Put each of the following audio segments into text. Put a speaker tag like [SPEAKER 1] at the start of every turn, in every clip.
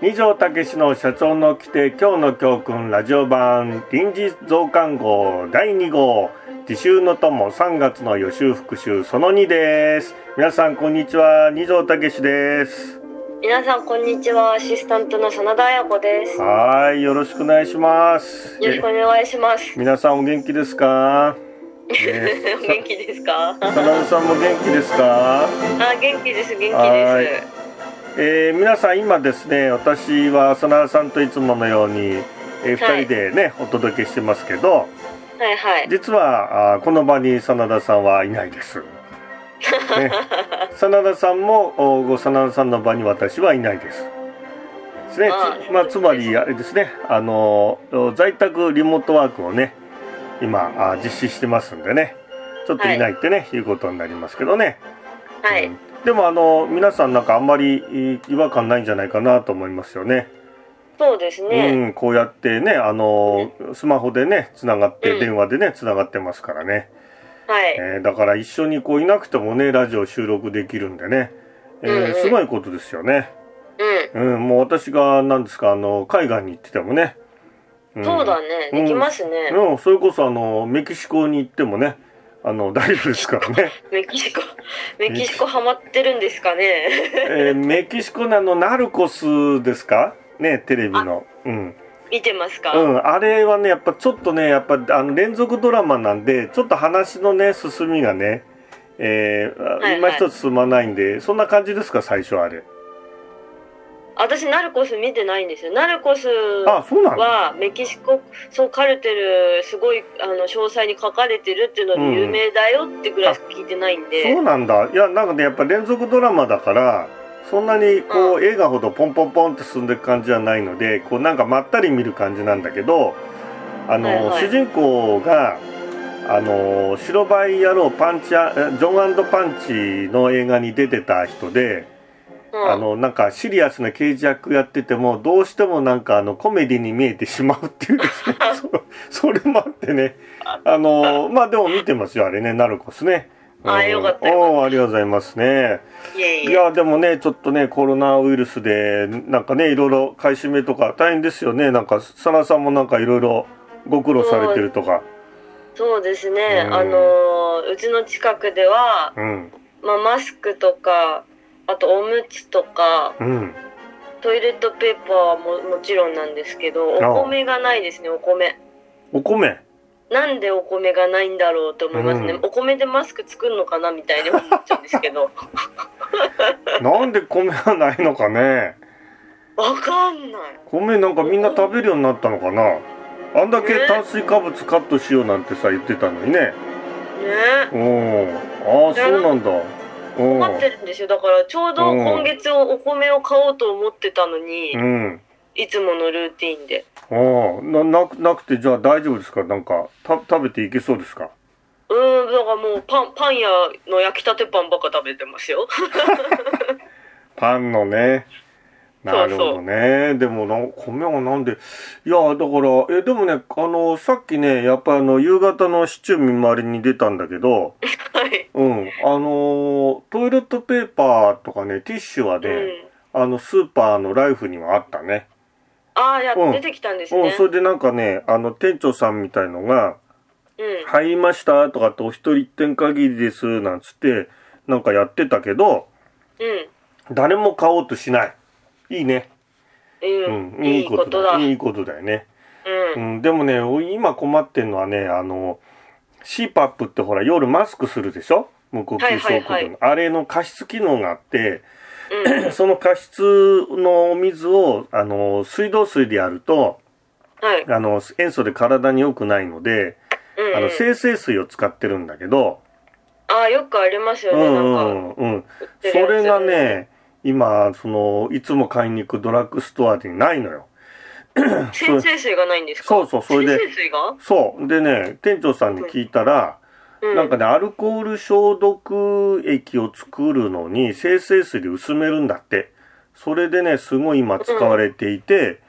[SPEAKER 1] 二条武の社長の規定今日の教訓ラジオ版臨時増刊号第2号自習の友3月の予習復習その2です皆さんこんにちは二条武です
[SPEAKER 2] 皆さんこんにちはアシスタントの真田彩子ですよ
[SPEAKER 1] はーいよろしくお願いします
[SPEAKER 2] ろしくお願いします
[SPEAKER 1] え皆さんお元気ですかね
[SPEAKER 2] お 元気ですか
[SPEAKER 1] 真田さんも元気ですか
[SPEAKER 2] あ元気です元気です
[SPEAKER 1] は
[SPEAKER 2] は
[SPEAKER 1] ーいえー皆さん今ですね私は浅田さんといつものように、えー、
[SPEAKER 2] は
[SPEAKER 1] 2
[SPEAKER 2] い
[SPEAKER 1] 人でね、お届けしてますけど
[SPEAKER 2] いはい
[SPEAKER 1] 実はあーこの場に真田さんはいない です、ね、真田さんもおご真田さんの場に私はいないですですね
[SPEAKER 2] あ
[SPEAKER 1] つ,、
[SPEAKER 2] ー
[SPEAKER 1] まあ、つま
[SPEAKER 2] そうです
[SPEAKER 1] り
[SPEAKER 2] ね
[SPEAKER 1] あれですねあのー在宅リモートワークをね今あー実施してますんでねちょっといないってね、いうことになりますけどね
[SPEAKER 2] は
[SPEAKER 1] う
[SPEAKER 2] い
[SPEAKER 1] んでもあの皆さんなんかあんまりい違和感ないんじゃないかなと思いますよね。
[SPEAKER 2] そうですね
[SPEAKER 1] うん、こうやってねあのスマホでねつながって、
[SPEAKER 2] うん
[SPEAKER 1] 電話でねつながってますからね、
[SPEAKER 2] はい
[SPEAKER 1] えーだから一緒にこういなくてもねラジオ収録できるんでね、えー
[SPEAKER 2] うんうん
[SPEAKER 1] すごいことですよね。
[SPEAKER 2] うん
[SPEAKER 1] うん、もう私が何ですかあの海外に行っててもね、ん
[SPEAKER 2] そうだね
[SPEAKER 1] うん
[SPEAKER 2] できますね
[SPEAKER 1] うん、それこそあのメキシコに行ってもねあの大丈夫ですからね。
[SPEAKER 2] メキシコメキシコハマってるんですかね
[SPEAKER 1] えーメキシコのあのナルコスですかねテレビのうん、
[SPEAKER 2] 見てますか、
[SPEAKER 1] う
[SPEAKER 2] はい
[SPEAKER 1] ん、あれはねやっぱちょっとねやっぱあの連続ドラマなんでちょっと話のね進みがねえー
[SPEAKER 2] いはい
[SPEAKER 1] 今一つ進まないんでそんな感じですか最初あれ
[SPEAKER 2] 私ナルコス見てないんですよナルコス
[SPEAKER 1] あそうなの
[SPEAKER 2] はメキシコそうカルテルすごいあの詳細に書かれてるっていうので有名だよってぐらいしか聞いてないんで、
[SPEAKER 1] そうなんだいやなんかねやっぱ連続ドラマだからそんなにこう、映画ほどポンポンポンって進んでいく感じじゃないのでこうなんかまったり見る感じなんだけどあの、
[SPEAKER 2] はいはい
[SPEAKER 1] 主人公があの白バイ野郎パンチャえジョンパンチの映画に出てた人で、
[SPEAKER 2] うん
[SPEAKER 1] あのなんかシリアスな刑事役やっててもどうしてもなんかあのコメディに見えてしまうっていうですねそそれもあって ねあのまあでも見てますよあれねナルコスね。
[SPEAKER 2] あーよかったよかった
[SPEAKER 1] おーありがとうございますね。
[SPEAKER 2] いや
[SPEAKER 1] い
[SPEAKER 2] いや
[SPEAKER 1] やでもねちょっとねコロナウイルスでなんかねいろいろ買い占めとか大変ですよねなんかサナさんもなんかいろいろご苦労されてるとか。
[SPEAKER 2] そうですね、
[SPEAKER 1] うん
[SPEAKER 2] あのーうちの近くでは、
[SPEAKER 1] うん
[SPEAKER 2] まあ、マスクとかあとおむつとか
[SPEAKER 1] うん。
[SPEAKER 2] トイレットペーパーはももちろんなんですけど
[SPEAKER 1] ああ
[SPEAKER 2] お米がないですねお米
[SPEAKER 1] お米。
[SPEAKER 2] なんでお米がないんだろうと思いますね、
[SPEAKER 1] うん
[SPEAKER 2] お米でマスク作るのかなみたいに思っちゃうんですけ ど
[SPEAKER 1] なんで米はないのかね。
[SPEAKER 2] わかんない
[SPEAKER 1] 米なんかみんな食べるようになったのかなあんだけ炭水化物カットしようなんてさ言ってたのにね
[SPEAKER 2] ね
[SPEAKER 1] うんああそうなんだうん
[SPEAKER 2] 困ってるんですよだからちょうど
[SPEAKER 1] うん
[SPEAKER 2] 今月をお米を買おうと思ってたのに、
[SPEAKER 1] うん
[SPEAKER 2] いつものルーティンで
[SPEAKER 1] ああななくなくてじゃあ大丈夫ですかなんかた食べていけそうですか
[SPEAKER 2] うんだからもうパンパン屋の焼きたてパンばっか食べてますよ
[SPEAKER 1] パンのねなるほどねでもな米はなんでいやだからえでもねあのさっきねやっぱあの夕方のシチュー見回りに出たんだけど
[SPEAKER 2] はい、
[SPEAKER 1] うんあのトイレットペーパーとかねティッシュはね、
[SPEAKER 2] うん
[SPEAKER 1] あのスーパーのライフにはあったね。
[SPEAKER 2] ああいや、
[SPEAKER 1] うん
[SPEAKER 2] 出てきたんです
[SPEAKER 1] うん、
[SPEAKER 2] ね
[SPEAKER 1] それでなんかね、あの店長さんみたいのが、
[SPEAKER 2] うん
[SPEAKER 1] 入りましたとかってお一人一点限りですなんつって、なんかやってたけど、
[SPEAKER 2] うん
[SPEAKER 1] 誰も買おうとしない。いいね。う
[SPEAKER 2] うん
[SPEAKER 1] ん、、
[SPEAKER 2] いいことだ。
[SPEAKER 1] いいことだよね。
[SPEAKER 2] う、
[SPEAKER 1] うんん、でもね、お今困ってんのはね、あの、CPAP ってほら夜マスクするでしょ無呼吸症候群の、
[SPEAKER 2] はいはいは
[SPEAKER 1] あれの加湿機能があって、
[SPEAKER 2] うん、
[SPEAKER 1] その加湿のお水を、あの、水道水でやると、
[SPEAKER 2] はい、
[SPEAKER 1] あの、塩素で体に良くないので、
[SPEAKER 2] うん、
[SPEAKER 1] あの、生成水を使ってるんだけど、
[SPEAKER 2] ああよくありますよ
[SPEAKER 1] う
[SPEAKER 2] ね、
[SPEAKER 1] んう
[SPEAKER 2] なんか。
[SPEAKER 1] んうん。
[SPEAKER 2] て
[SPEAKER 1] そ
[SPEAKER 2] る
[SPEAKER 1] れ
[SPEAKER 2] やつ
[SPEAKER 1] がね、今、その、いつも買いに行くドラッグストアにないのよ。
[SPEAKER 2] 先生水がないんですか。
[SPEAKER 1] そうそうそれで
[SPEAKER 2] 先生水が。
[SPEAKER 1] そう。でね、店長さんに聞いたら、
[SPEAKER 2] うん
[SPEAKER 1] なんかね、アルコール消毒液を作るのに、精製水で薄めるんだって。それでね、すごい今使われていて、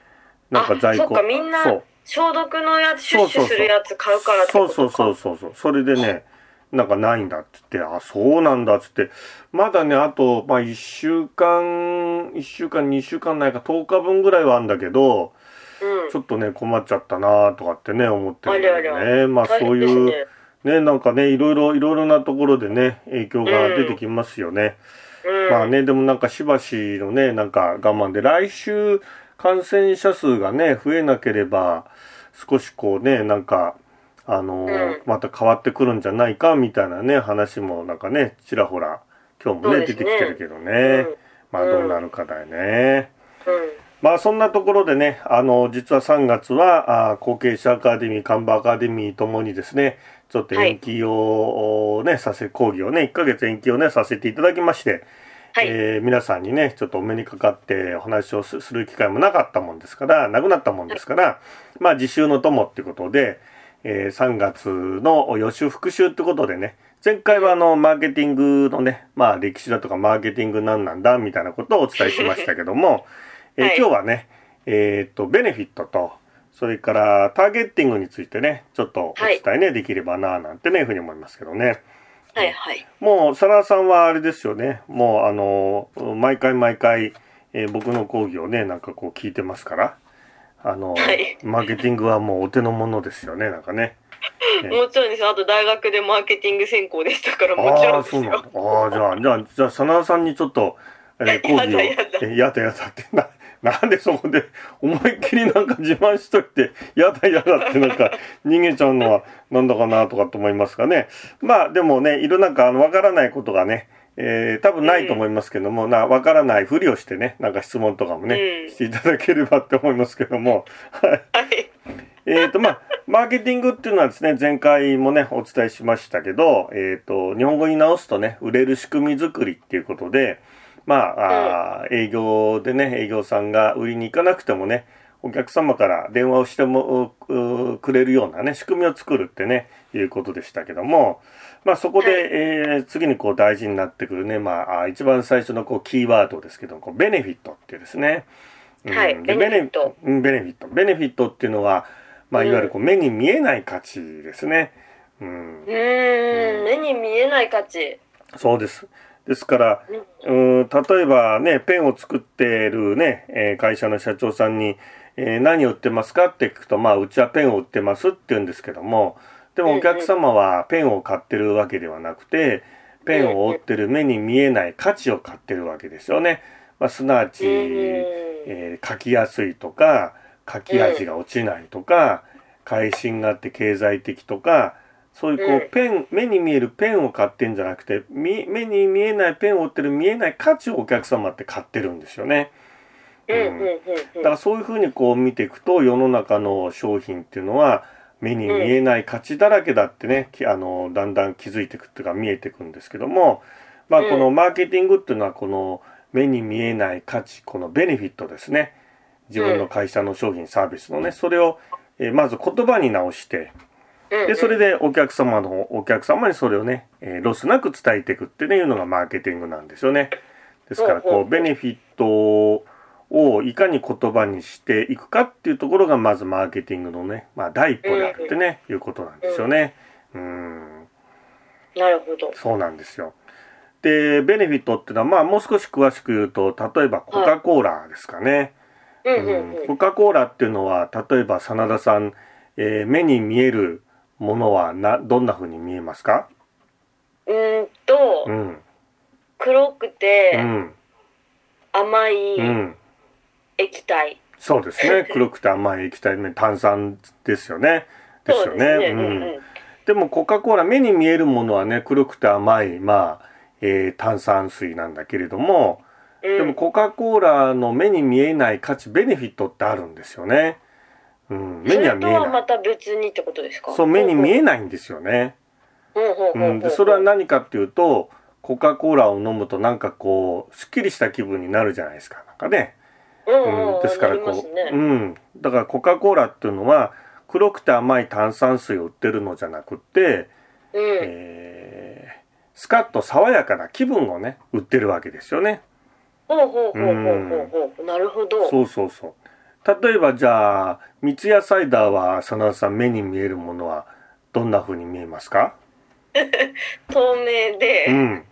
[SPEAKER 1] なんか在庫。
[SPEAKER 2] あそっかみんな
[SPEAKER 1] そう
[SPEAKER 2] 消毒のやつシュッシ
[SPEAKER 1] そうそうそ
[SPEAKER 2] ュ
[SPEAKER 1] う
[SPEAKER 2] するやつ買うからってことか
[SPEAKER 1] そうそうそうそうそうそれでねなんかないんだっつってあそうなんだっつってまだねあと、まあ、1週間1週間2週間ないか10日分ぐらいはあるんだけど
[SPEAKER 2] うん
[SPEAKER 1] ちょっとね困っちゃったなとかってね思ってるんだよね
[SPEAKER 2] あり
[SPEAKER 1] まあ
[SPEAKER 2] 大
[SPEAKER 1] そう
[SPEAKER 2] 変で
[SPEAKER 1] い
[SPEAKER 2] す
[SPEAKER 1] う
[SPEAKER 2] ね
[SPEAKER 1] ねなんかねいろいろいろいろなところでね影響が出てきますよね、
[SPEAKER 2] うん
[SPEAKER 1] まあねでもなんかしばしのねなんか我慢で来週感染者数がね増えなければ少しこうねなんかあのー
[SPEAKER 2] うん
[SPEAKER 1] また変わってくるんじゃないかみたいなね話もなんかねちらほら今日もね
[SPEAKER 2] そうで
[SPEAKER 1] 出
[SPEAKER 2] す
[SPEAKER 1] て
[SPEAKER 2] ね
[SPEAKER 1] きてるけどね、
[SPEAKER 2] うん
[SPEAKER 1] まあどうなるかだよね。
[SPEAKER 2] うん
[SPEAKER 1] まあそんなところでね、あの、実は3月は、あー後継者アカデミー、看板アカデミーともにですね、ちょっと延期をおね、させ、講義をね、1ヶ月延期をね、させていただきまして、
[SPEAKER 2] はい
[SPEAKER 1] えー皆さんにね、ちょっとお目にかかってお話をすする機会もなかったもんですから、なくなったもんですから、まあ、自習の友ってことで、えー3月の予習復習ってことでね、前回はあの、マーケティングのね、まあ、歴史だとかマーケティング何なんだ、みたいなことをお伝えしましたけど も、えー
[SPEAKER 2] はい
[SPEAKER 1] 今日はね、えーっと、ベネフィットと、それからターゲッティングについてね、ちょっとお伝えね、できればな、なんてね、いうふうに思いますけどね。
[SPEAKER 2] はいはい
[SPEAKER 1] もう、サラさんはあれですよね。もう、あの、毎回毎回、えー僕の講義をね、なんかこう聞いてますから。あの、
[SPEAKER 2] はい
[SPEAKER 1] マーケティングはもうお手の物ですよね、なんかね。え
[SPEAKER 2] もちろんですあと大学でマーケティング専攻でしたからも
[SPEAKER 1] あ
[SPEAKER 2] ちろ
[SPEAKER 1] あ、
[SPEAKER 2] んです
[SPEAKER 1] そう
[SPEAKER 2] よ
[SPEAKER 1] なんだ。ああ、じゃあ、じゃあ、じゃあ、サラさんにちょっと、えー講義を、
[SPEAKER 2] やだやだ
[SPEAKER 1] えやだやだって、な、なんでそこで、思いっきりなんか自慢しといて、やだやだってなんか、逃げちゃうのは、なんだかなとかと思いますがね。まあ、でもね、いろなんか、あの、わからないことがね、えー多分ないと思いますけども、な、わからないふりをしてね、なんか質問とかもね、
[SPEAKER 2] うん
[SPEAKER 1] していただければって思いますけども、はい。
[SPEAKER 2] はい
[SPEAKER 1] えーと、まあ、マーケティングっていうのはですね、前回もね、お伝えしましたけど、えーと、日本語に直すとね、売れる仕組み作りっていうことで、まあ、あー営業でね、営業さんが売りに行かなくてもね、お客様から電話をしてもううくれるようなね、仕組みを作るってね、いうことでしたけども、まあそこで、
[SPEAKER 2] はい
[SPEAKER 1] えー次にこう大事になってくるね、まああー一番最初のこうキーワードですけど、こうベネフィットっていうですね、うん
[SPEAKER 2] はい
[SPEAKER 1] で
[SPEAKER 2] ベネフィット
[SPEAKER 1] うんベネフィット。ベネフィットっていうのは、まあ、
[SPEAKER 2] うん
[SPEAKER 1] いわゆるこう目に見えない価値ですね。うん
[SPEAKER 2] う、ーん目に見えない価値
[SPEAKER 1] そうです。ですから、うん、例えばね、ペンを作ってるね、えー会社の社長さんに、えー何を売ってますかって聞くと、まあ、うちはペンを売ってますって言うんですけども、で
[SPEAKER 2] うん
[SPEAKER 1] も
[SPEAKER 2] うん
[SPEAKER 1] お客様はペンを買ってるわけではなくて、ペンを覆ってる目に見えない価値を買ってるわけですよね。まあ、すなわち、
[SPEAKER 2] うん
[SPEAKER 1] えー書きやすいとか書き味が落ちないとか、会心があって経済的とかそういうこう、
[SPEAKER 2] うん
[SPEAKER 1] ペン目に見えるペンを買ってんじゃなくてみ目に見えないペンを売ってる見えない価値をお客様って買ってるんですよね。
[SPEAKER 2] うんうんうん
[SPEAKER 1] だ
[SPEAKER 2] う
[SPEAKER 1] か
[SPEAKER 2] ん
[SPEAKER 1] らそういうふうにこう見ていくと世の中の商品っていうのは目に見えない価値だらけだってね、きあのだんだん気づいていくっていうか見えていくんですけども、まあ、
[SPEAKER 2] うん
[SPEAKER 1] このマーケティングっていうのはこの目に見えない価値このベネフィットですね自分の会社の商品サービスのねそれを、えーまず言葉に直して
[SPEAKER 2] う ん
[SPEAKER 1] でそれでお客様のお客様にそれをね、えーロスなく伝えていくっていうのがマーケティングなんですよね。ですから
[SPEAKER 2] ほうほ
[SPEAKER 1] こ
[SPEAKER 2] う
[SPEAKER 1] うベネフィットをいかに言葉にしていくかっていうところがまずマーケティングのね、まあ、第一歩であるってね、いうことなんですよね。うん
[SPEAKER 2] なるほど
[SPEAKER 1] そうなんですよ。でベネフィットっていうのはまあもう少し詳しく言うと例えばコカ・コーラですかね。
[SPEAKER 2] うんうん
[SPEAKER 1] うん
[SPEAKER 2] う
[SPEAKER 1] コ
[SPEAKER 2] ん
[SPEAKER 1] カ・コーラっていうのは例えば真田さん、えー目に見えるものはなどんな風に見えますか、
[SPEAKER 2] うーんと
[SPEAKER 1] うん
[SPEAKER 2] 黒く
[SPEAKER 1] う
[SPEAKER 2] て
[SPEAKER 1] ん
[SPEAKER 2] 甘い
[SPEAKER 1] うん、
[SPEAKER 2] 液体
[SPEAKER 1] そうです ね黒くて甘い液体ね炭酸ですよねです
[SPEAKER 2] そう
[SPEAKER 1] よ
[SPEAKER 2] で
[SPEAKER 1] ね
[SPEAKER 2] すね
[SPEAKER 1] う
[SPEAKER 2] うんんうん
[SPEAKER 1] でもコカ・コーラ目に見えるものはね黒くて甘いまあ、えー炭酸水なんだけれども、で
[SPEAKER 2] う
[SPEAKER 1] も
[SPEAKER 2] ん
[SPEAKER 1] コカ・コーラの目に見えない価値ベネフィットってあるんですよね、うん、目
[SPEAKER 2] そ
[SPEAKER 1] には
[SPEAKER 2] れと
[SPEAKER 1] 見え
[SPEAKER 2] は
[SPEAKER 1] な
[SPEAKER 2] ま
[SPEAKER 1] い
[SPEAKER 2] た別にってことですか
[SPEAKER 1] そう目に見えないんですよね、
[SPEAKER 2] うんうんうん
[SPEAKER 1] う、
[SPEAKER 2] うんん
[SPEAKER 1] でそれは何かっていうとコカ・コーラを飲むとなんかこうすっきりした気分になるじゃないですかなんかね、
[SPEAKER 2] うんうん
[SPEAKER 1] う、
[SPEAKER 2] うんん
[SPEAKER 1] ですから
[SPEAKER 2] なりま
[SPEAKER 1] こ
[SPEAKER 2] す
[SPEAKER 1] う、
[SPEAKER 2] ね
[SPEAKER 1] うん、だからコカ・コーラっていうのは黒くて甘い炭酸水を売ってるのじゃなくって
[SPEAKER 2] うん。
[SPEAKER 1] えースカッと爽やかな気分をね売ってるわけですよね。
[SPEAKER 2] ほうほうほうほうほうほう。なるほど。
[SPEAKER 1] そうそうそう例えばじゃあ三ツ矢サイダーは真田さん目に見えるものはどんな風に見えますか
[SPEAKER 2] 透明
[SPEAKER 1] う
[SPEAKER 2] で
[SPEAKER 1] ん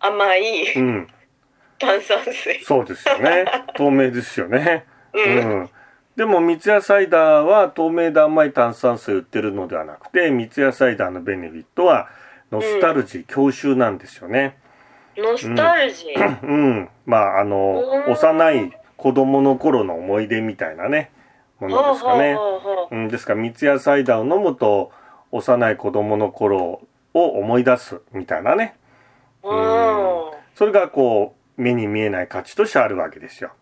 [SPEAKER 2] 甘い
[SPEAKER 1] うん
[SPEAKER 2] 炭酸水。
[SPEAKER 1] そうですよ ね透明ですよね。
[SPEAKER 2] うん。
[SPEAKER 1] うんでも三ツ矢サイダーは透明で甘い炭酸水売ってるのではなくて三ツ矢サイダーのベネフィットはノスタルジー郷愁なんですよね。
[SPEAKER 2] ノスタルジー。
[SPEAKER 1] うん、まああの
[SPEAKER 2] うん
[SPEAKER 1] 幼い子供の頃の思い出みたいなねも
[SPEAKER 2] ほ
[SPEAKER 1] の
[SPEAKER 2] う
[SPEAKER 1] ですか
[SPEAKER 2] ほう
[SPEAKER 1] ね。
[SPEAKER 2] ほうほ
[SPEAKER 1] うん、ですから三ツ矢サイダーを飲むと幼い子供の頃を思い出すみたいなね
[SPEAKER 2] う。うん。
[SPEAKER 1] それがこう目に見えない価値としてあるわけですよ。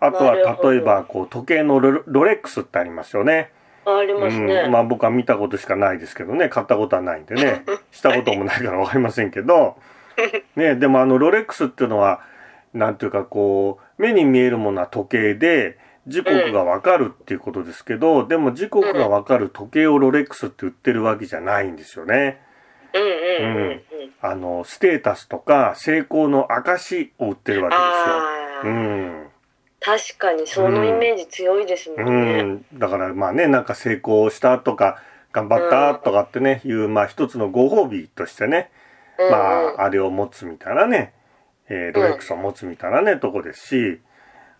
[SPEAKER 1] あと
[SPEAKER 2] なるほど
[SPEAKER 1] は例えばこう時計のロロレックスってありますよね。
[SPEAKER 2] ありますね。
[SPEAKER 1] うん、まあ僕は見たことしかないですけどね買ったことはないんで ねしたこともないから分かりませんけど、ね、でもあのロレックスっていうのはなんていうかこう目に見えるものは時計で時刻が分かるっていうことですけど、でも時刻が分かる時計をロレックスって売ってるわけじゃないんですよね。
[SPEAKER 2] うんうんうんう
[SPEAKER 1] うんん。あのステータスとか成功の証を売ってるわけ
[SPEAKER 2] あ
[SPEAKER 1] です
[SPEAKER 2] あ、
[SPEAKER 1] よ。うん
[SPEAKER 2] 確かにそのイメージ強いですも
[SPEAKER 1] うん
[SPEAKER 2] ね。
[SPEAKER 1] ん、だからまあねなんか成功したとか頑張ったとかってね、いうまあ一つのご褒美としてね、
[SPEAKER 2] うんうん
[SPEAKER 1] まああれを持つみたいなね、えーロレックスを持つみたいなね、とこですし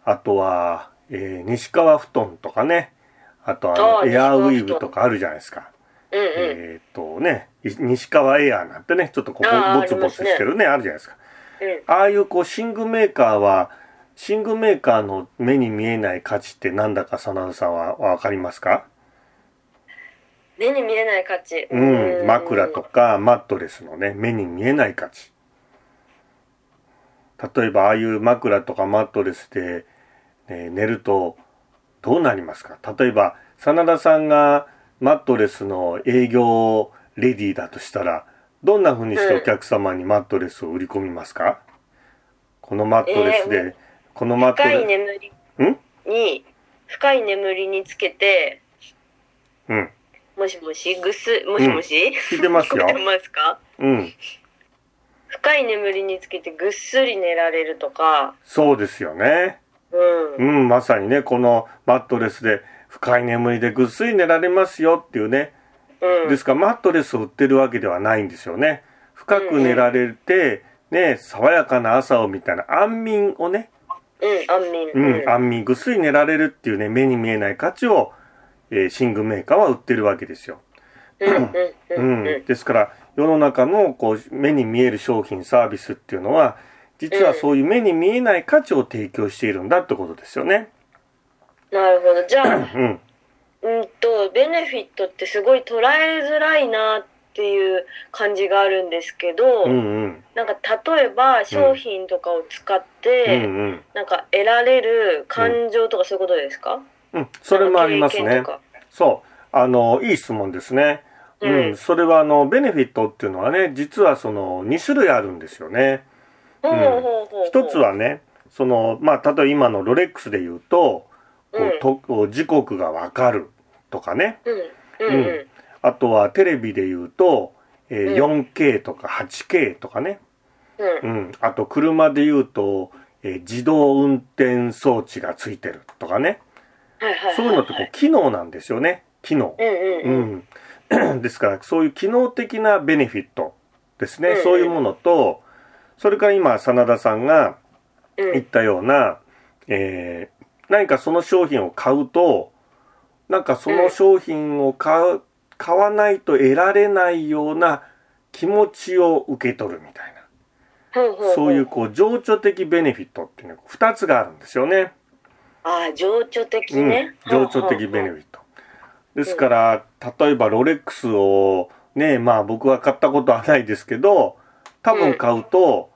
[SPEAKER 1] あとは、えー西川布団とかねあとは
[SPEAKER 2] あー
[SPEAKER 1] エアウィーヴとかあるじゃないですか。
[SPEAKER 2] うんうん
[SPEAKER 1] えーっとねい西川エアーなんてねちょっとこ
[SPEAKER 2] あー
[SPEAKER 1] うボ
[SPEAKER 2] あ
[SPEAKER 1] ツ
[SPEAKER 2] り
[SPEAKER 1] ボ
[SPEAKER 2] ま
[SPEAKER 1] ツ
[SPEAKER 2] す
[SPEAKER 1] し
[SPEAKER 2] ね
[SPEAKER 1] てるねあるじゃないですか。
[SPEAKER 2] うん。
[SPEAKER 1] ああいうこう寝具メーカーは寝具メーカーの目に見えない価値ってなんだか真田さんはわかりますか
[SPEAKER 2] 目に見えない価値。
[SPEAKER 1] うん、
[SPEAKER 2] うん
[SPEAKER 1] 枕と。かマットレスのね目に見えない価値例えばああいう枕とかマットレスで、ね寝るとどうなりますか例えば真田さんがマットレスの営業レディーだとしたらどんな風にしてお客様にマットレスを売り込みますか、このマットレスで、
[SPEAKER 2] えー
[SPEAKER 1] このマット
[SPEAKER 2] 深い
[SPEAKER 1] レ
[SPEAKER 2] 眠り
[SPEAKER 1] スん
[SPEAKER 2] に、深い眠りにつけて、
[SPEAKER 1] うん
[SPEAKER 2] もしもし、ぐす、もしもし、
[SPEAKER 1] 聞いてますよ
[SPEAKER 2] 聞こえてますか
[SPEAKER 1] うん
[SPEAKER 2] 深い眠りにつけてぐっすり寝られるとか、
[SPEAKER 1] そうですよね
[SPEAKER 2] うん。
[SPEAKER 1] う
[SPEAKER 2] うん
[SPEAKER 1] ん、まさにね、このマットレスで深い眠りでぐっすり寝られますよっていうね。ですから、マットレスを売ってるわけではないんですよね。深く寝られて、ね、爽やかな朝をみたいな安眠をね、
[SPEAKER 2] うん、安眠。
[SPEAKER 1] うん、安眠、ぐっすり寝られるっていうね、目に見えない価値を、えー寝具メーカーは売ってるわけですよ。
[SPEAKER 2] うん、うん、
[SPEAKER 1] う
[SPEAKER 2] うん、
[SPEAKER 1] ん、
[SPEAKER 2] うん。
[SPEAKER 1] ですから世の中のこう目に見える商品サービスっていうのは実はそういう目に見えない価値を提供しているんだってことですよね。
[SPEAKER 2] なるほど。じゃあ、
[SPEAKER 1] うん、
[SPEAKER 2] うんと、ベネフィットってすごい捉えづらいなっていう感じがあるんですけど、
[SPEAKER 1] うん、うん、
[SPEAKER 2] なんか例えば商品とかを使っ
[SPEAKER 1] うん、
[SPEAKER 2] て、
[SPEAKER 1] うん。
[SPEAKER 2] なんか得られる感情とかそういうことですか、
[SPEAKER 1] うん、それもあります
[SPEAKER 2] なん
[SPEAKER 1] ね
[SPEAKER 2] か。
[SPEAKER 1] そう、あのいい質問ですね。うん、
[SPEAKER 2] うん
[SPEAKER 1] それはあのベネフィットっていうのはね、実はその2種類あるんですよね。
[SPEAKER 2] 経験とか。
[SPEAKER 1] うん
[SPEAKER 2] ほうほうほうほう
[SPEAKER 1] 一つ、はね、そのまあ例えば今のロレックスで言うと、こ
[SPEAKER 2] うん
[SPEAKER 1] うとこう時刻がわかるとかね。
[SPEAKER 2] うん、うん、うん。
[SPEAKER 1] うんあとはテレビで言うと、えー
[SPEAKER 2] う
[SPEAKER 1] 4K とか 8K とかね。
[SPEAKER 2] うん
[SPEAKER 1] うん、あと車で言うと、えー自動運転装置がついてるとかね。
[SPEAKER 2] はいはいはいはい。
[SPEAKER 1] そういうのってこう機能なんですよね。機能。
[SPEAKER 2] うんうんうん。
[SPEAKER 1] うん、 ですからそういう機能的なベネフィットですね、
[SPEAKER 2] うん
[SPEAKER 1] そういうものとそれから今真田さんが
[SPEAKER 2] うん
[SPEAKER 1] 言ったような、えー何かその商品を買うとなんかその商品を買う買わないと得られないような気持ちを受け取るみたい
[SPEAKER 2] ほうほうほ
[SPEAKER 1] なそういう。こう情緒的ベネフィットっていうのが2つがあるんですよね。
[SPEAKER 2] ああ、情緒的ね。
[SPEAKER 1] うん、情緒的ベネ
[SPEAKER 2] フィ
[SPEAKER 1] フィ
[SPEAKER 2] ッ
[SPEAKER 1] ット。ですから、例えばロレックスをね、まあ僕は買ったことはないですけど、多分買うと、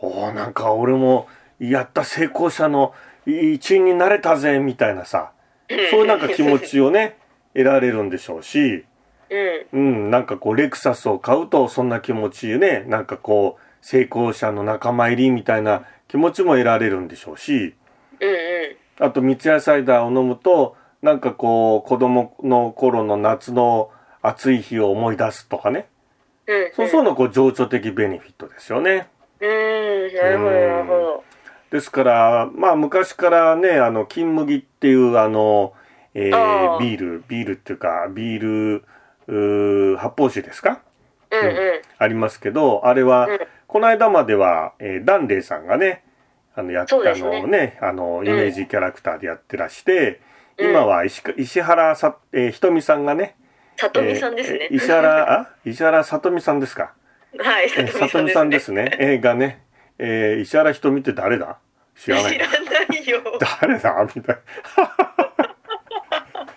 [SPEAKER 1] おおなんか俺もやった成功者の一員になれたぜみたいなさ、そういうなんか気持ちを ね、得られるんでしょうし、
[SPEAKER 2] ト。うん。
[SPEAKER 1] うん、なんかこうレクサスを買うとそんな気持ちね、なんかこう成功者の仲間入りみたいな気持ちも得られるんでしょうし、
[SPEAKER 2] うん
[SPEAKER 1] あと三ツ矢サイダーを飲むとなんかこう子供の頃の夏の暑い日を思い出すとかね、
[SPEAKER 2] うん。
[SPEAKER 1] そうそうのこう情緒的ベネフィットですよね。
[SPEAKER 2] うん、なるほど、なるほど。
[SPEAKER 1] ですから、まあ昔からね、あの、金麦っていうあの、えー
[SPEAKER 2] あー
[SPEAKER 1] ビール、ビールっていうか、ビール、うー発泡酒ですか
[SPEAKER 2] うんうん。
[SPEAKER 1] ありますけど、あれは、
[SPEAKER 2] うん
[SPEAKER 1] この間までは、えーダンレイさんがね、あの、やった
[SPEAKER 2] そうで
[SPEAKER 1] の
[SPEAKER 2] す
[SPEAKER 1] をね、
[SPEAKER 2] ね
[SPEAKER 1] あの、
[SPEAKER 2] ん
[SPEAKER 1] イメージキャラクターでやってらして、
[SPEAKER 2] うん
[SPEAKER 1] 今は石か石原さ、えーひとみさんがね、
[SPEAKER 2] さとみさんですね。
[SPEAKER 1] えー石原、あ石原さとみさんですか。
[SPEAKER 2] はい、
[SPEAKER 1] えーさとみさんですね。えーがね、えー石原ひとみって誰だ知
[SPEAKER 2] 知
[SPEAKER 1] ら
[SPEAKER 2] ら
[SPEAKER 1] な
[SPEAKER 2] ないい
[SPEAKER 1] な。
[SPEAKER 2] よ。
[SPEAKER 1] 誰 だみ たいな。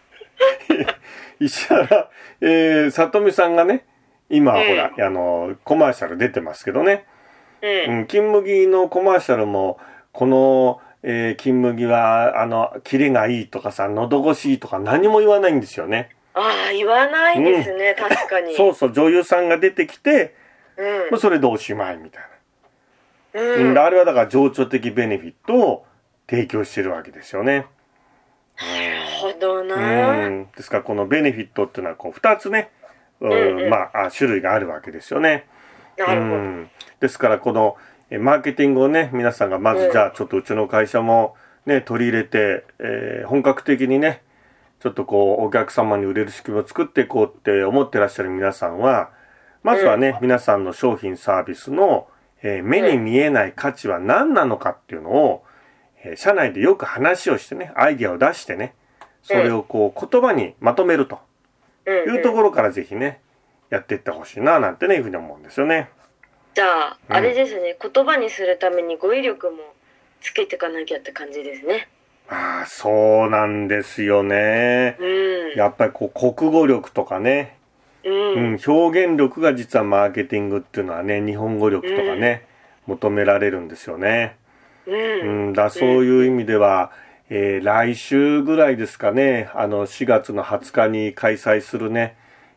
[SPEAKER 1] 石原、えー、さとみさんがね、今、
[SPEAKER 2] うん
[SPEAKER 1] ほら、あの、コマーシャル出てますけどね。
[SPEAKER 2] う。
[SPEAKER 1] うんん、金麦のコマーシャルも、この、えー金麦は、あの、キレがいいとかさ、喉越しいいとか何も言わないんですよね。
[SPEAKER 2] ああ、言わないですね、確かに。
[SPEAKER 1] そうそう、女優さんが出てきて、
[SPEAKER 2] うん。
[SPEAKER 1] もうそれでおしまいみたいな。
[SPEAKER 2] うん。
[SPEAKER 1] うん、あれはだから情緒的ベネフィットを提供してるわけですよね。
[SPEAKER 2] なるほど
[SPEAKER 1] う
[SPEAKER 2] な。
[SPEAKER 1] んですからこのベネフィットっていうのはこう2つね、うん
[SPEAKER 2] うんうん
[SPEAKER 1] まああ種類があるわけですよね。
[SPEAKER 2] な
[SPEAKER 1] う
[SPEAKER 2] る
[SPEAKER 1] ん、ですからこのえマーケティングをね皆さんがま
[SPEAKER 2] う
[SPEAKER 1] ず
[SPEAKER 2] ん
[SPEAKER 1] じゃあちょっとうちの会社も、ね、取り入れて、えー本格的にねちょっとこうお客様に売れる仕組みを作っていこうって思ってらっしゃる皆さんはまずはね、皆さんの商品サービスの、えー目に見えない価値は何なのかっていうのを、えー社内でよく話をしてねアイディアを出してねそれをこう言葉にまとめると
[SPEAKER 2] ほど。
[SPEAKER 1] いうと
[SPEAKER 2] ん
[SPEAKER 1] ころからぜひねやっていってほしいななんてねいうふうに思うんですよね。
[SPEAKER 2] じゃあ、
[SPEAKER 1] うん
[SPEAKER 2] あれですね、言葉にするために語彙力もつけていかなきゃって感じですね。
[SPEAKER 1] ああ、そうなんですよね。
[SPEAKER 2] うん。
[SPEAKER 1] やっぱりこう国語力とかね、
[SPEAKER 2] うん。
[SPEAKER 1] う
[SPEAKER 2] うん
[SPEAKER 1] ん、表現力が実はマーケティングっていうのはね、日本語力とかね、求められるんですよね。うん、だそういう意味では、えー来週ぐらいですかね、あの、4月の20日に開催するね、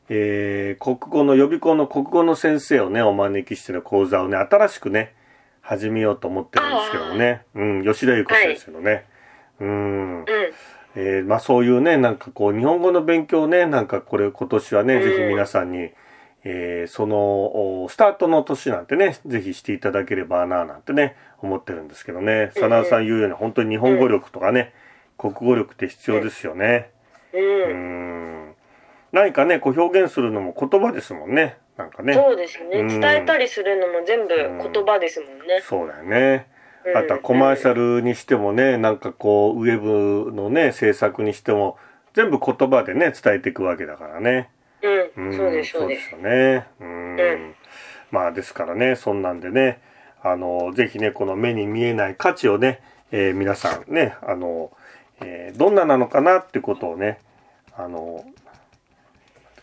[SPEAKER 1] えー国語の予備校の国語の先生をね、お招きしての講座をね、新しくね、始めようと思ってるんですけどね、うん、吉田裕子先生のね、うん、
[SPEAKER 2] うん。
[SPEAKER 1] えーまあそういうね、なんかこう、日本語の勉強ね、なんかこれ今年はね、
[SPEAKER 2] うん
[SPEAKER 1] ぜひ皆さんに、えーその、おスタートの年なんてね、ぜひしていただければな、なんてね、思ってるんですけどね。
[SPEAKER 2] うん
[SPEAKER 1] 真田さん言うように、本当に日本語力とかね、国語力って必要ですよね。う
[SPEAKER 2] うん。
[SPEAKER 1] ん。何かね、こう表現するのも言葉ですもんね。なんかね。
[SPEAKER 2] そうですね、
[SPEAKER 1] うん
[SPEAKER 2] 伝えたりするのも全部言葉ですもんね。
[SPEAKER 1] そうだよね。
[SPEAKER 2] うん
[SPEAKER 1] あとはコマーシャルにしてもね、なんかこう、ウェブのね、制作にしても、全部言葉でね、伝えていくわけだからね。
[SPEAKER 2] うん、
[SPEAKER 1] ん
[SPEAKER 2] そうです、そうです。
[SPEAKER 1] よね。うん。
[SPEAKER 2] うん
[SPEAKER 1] まあ、ですからね、そんなんでね、あの、ぜひね、この目に見えない価値をね、えー皆さんね、あの、えーどんななのかなってことをね、あの、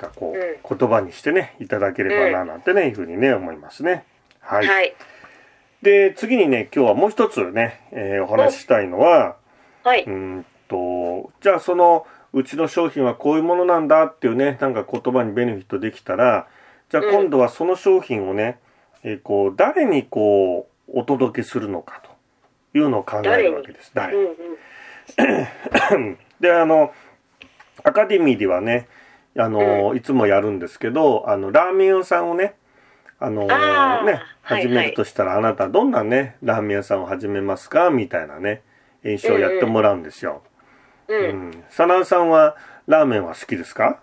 [SPEAKER 1] なんかこう、言葉にしてね、いただければな、なんてね、いうふうにね、思いますね。はい。
[SPEAKER 2] はい。
[SPEAKER 1] で、次にね、今日はもう一つね、えーお話ししたいのは、。
[SPEAKER 2] はいう
[SPEAKER 1] ーんと、じゃあその、うちの商品はこういうものなんだっていうね、なんか言葉にベネフィットできたら、じゃあ今度はその商品をね、えーこう、誰にこう、お届けするのかというのを考えるわけです。誰
[SPEAKER 2] うんうん。
[SPEAKER 1] で、あの、アカデミーではね、あの、いつもやるんですけど、あの、ラーメン屋さんをね、あの
[SPEAKER 2] あー
[SPEAKER 1] ね、
[SPEAKER 2] はい
[SPEAKER 1] 始めるとしたら、あなたどんなね、ラーメン屋さんを始めますかみたいなね、演習をやってもらうんですよ。
[SPEAKER 2] うん。
[SPEAKER 1] うん。サナさんは、ラーメンは好きですか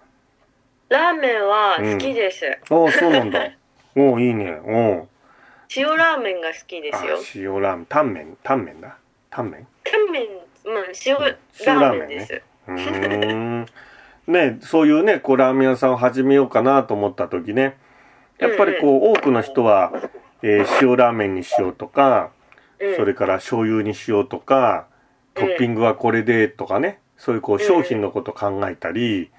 [SPEAKER 2] ラーメンは好きです。
[SPEAKER 1] おお、そうなんだ。 おお、いいね。おお。
[SPEAKER 2] 塩ラーメンが好きで
[SPEAKER 1] あ
[SPEAKER 2] すよ。、
[SPEAKER 1] 塩ラーメン、タンメン、タンメンだ。タンメン
[SPEAKER 2] ラーメン、まあ、塩
[SPEAKER 1] 塩ラー
[SPEAKER 2] ラ
[SPEAKER 1] メ
[SPEAKER 2] ー
[SPEAKER 1] ン
[SPEAKER 2] メン
[SPEAKER 1] ね
[SPEAKER 2] です。
[SPEAKER 1] うーん ね、そういうね、こうラーメン屋さんを始めようかなと思った時ね、やっぱりこう多くの人は、えー塩ラーメンにしようとか、
[SPEAKER 2] うん
[SPEAKER 1] それから醤油にしようとか、トッピングはこれでとかね、そういうこう商品のこと考えたり、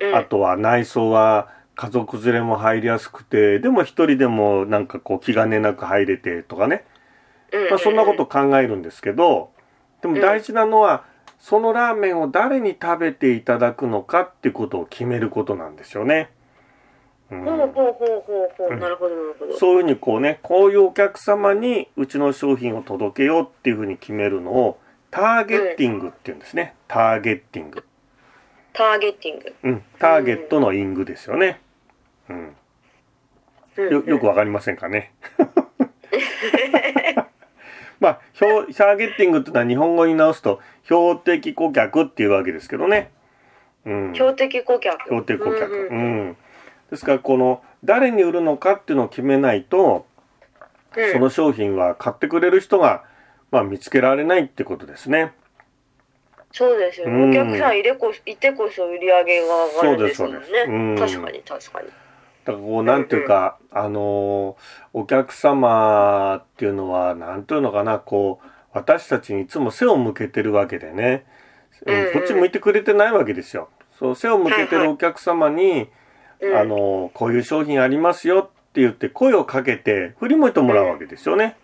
[SPEAKER 2] う ん
[SPEAKER 1] あとは内装は家族連れも入りやすくて、でも一人でもなんかこう気兼ねなく入れてとかね、
[SPEAKER 2] うん
[SPEAKER 1] まあ、そんなことを考えるんですけどでも大事なのは、そのラーメンを誰に食べていただくのかっていうことを決めることなんですよね。うん
[SPEAKER 2] ほうほうほうほうほう、
[SPEAKER 1] うん
[SPEAKER 2] なるほどなるほど
[SPEAKER 1] そういうふうにこうねこういうお客様にうちの商品を届けようっていうふうに決めるのをターゲッティングっていうんですね、ターゲッティング、
[SPEAKER 2] ターゲッティング
[SPEAKER 1] うん、ターゲットのイングですよね。うん
[SPEAKER 2] うん
[SPEAKER 1] よよくわかりませんかね。 まあ、標ターゲッティングってのは日本語に直すと標的顧客っていうわけですけどね。うん、標
[SPEAKER 2] 標的顧客。
[SPEAKER 1] 的顧客、うん
[SPEAKER 2] ううんうん
[SPEAKER 1] ん。ですからこの誰に売るのかっていうのを決めないと、その商品は買ってくれる人が、まあ、見つけられないってことですね。
[SPEAKER 2] そうですよね、
[SPEAKER 1] うん
[SPEAKER 2] お客さんいれこいてこそ売り上げが上がるんですもんね
[SPEAKER 1] そうですそうですう
[SPEAKER 2] 確
[SPEAKER 1] ん
[SPEAKER 2] かに確かに
[SPEAKER 1] だからこうなんていうか、あのーお客様っていうのはなんていうのかなこう私たちにいつも背を向けてるわけでね、うん
[SPEAKER 2] うんうん
[SPEAKER 1] こっち向いてくれてないわけですよ。そう背を向けて
[SPEAKER 2] はい
[SPEAKER 1] る
[SPEAKER 2] はい
[SPEAKER 1] お客様に、
[SPEAKER 2] うん
[SPEAKER 1] あのーこういう商品ありますよって言って声をかけて振り向いてもらうわけですよね。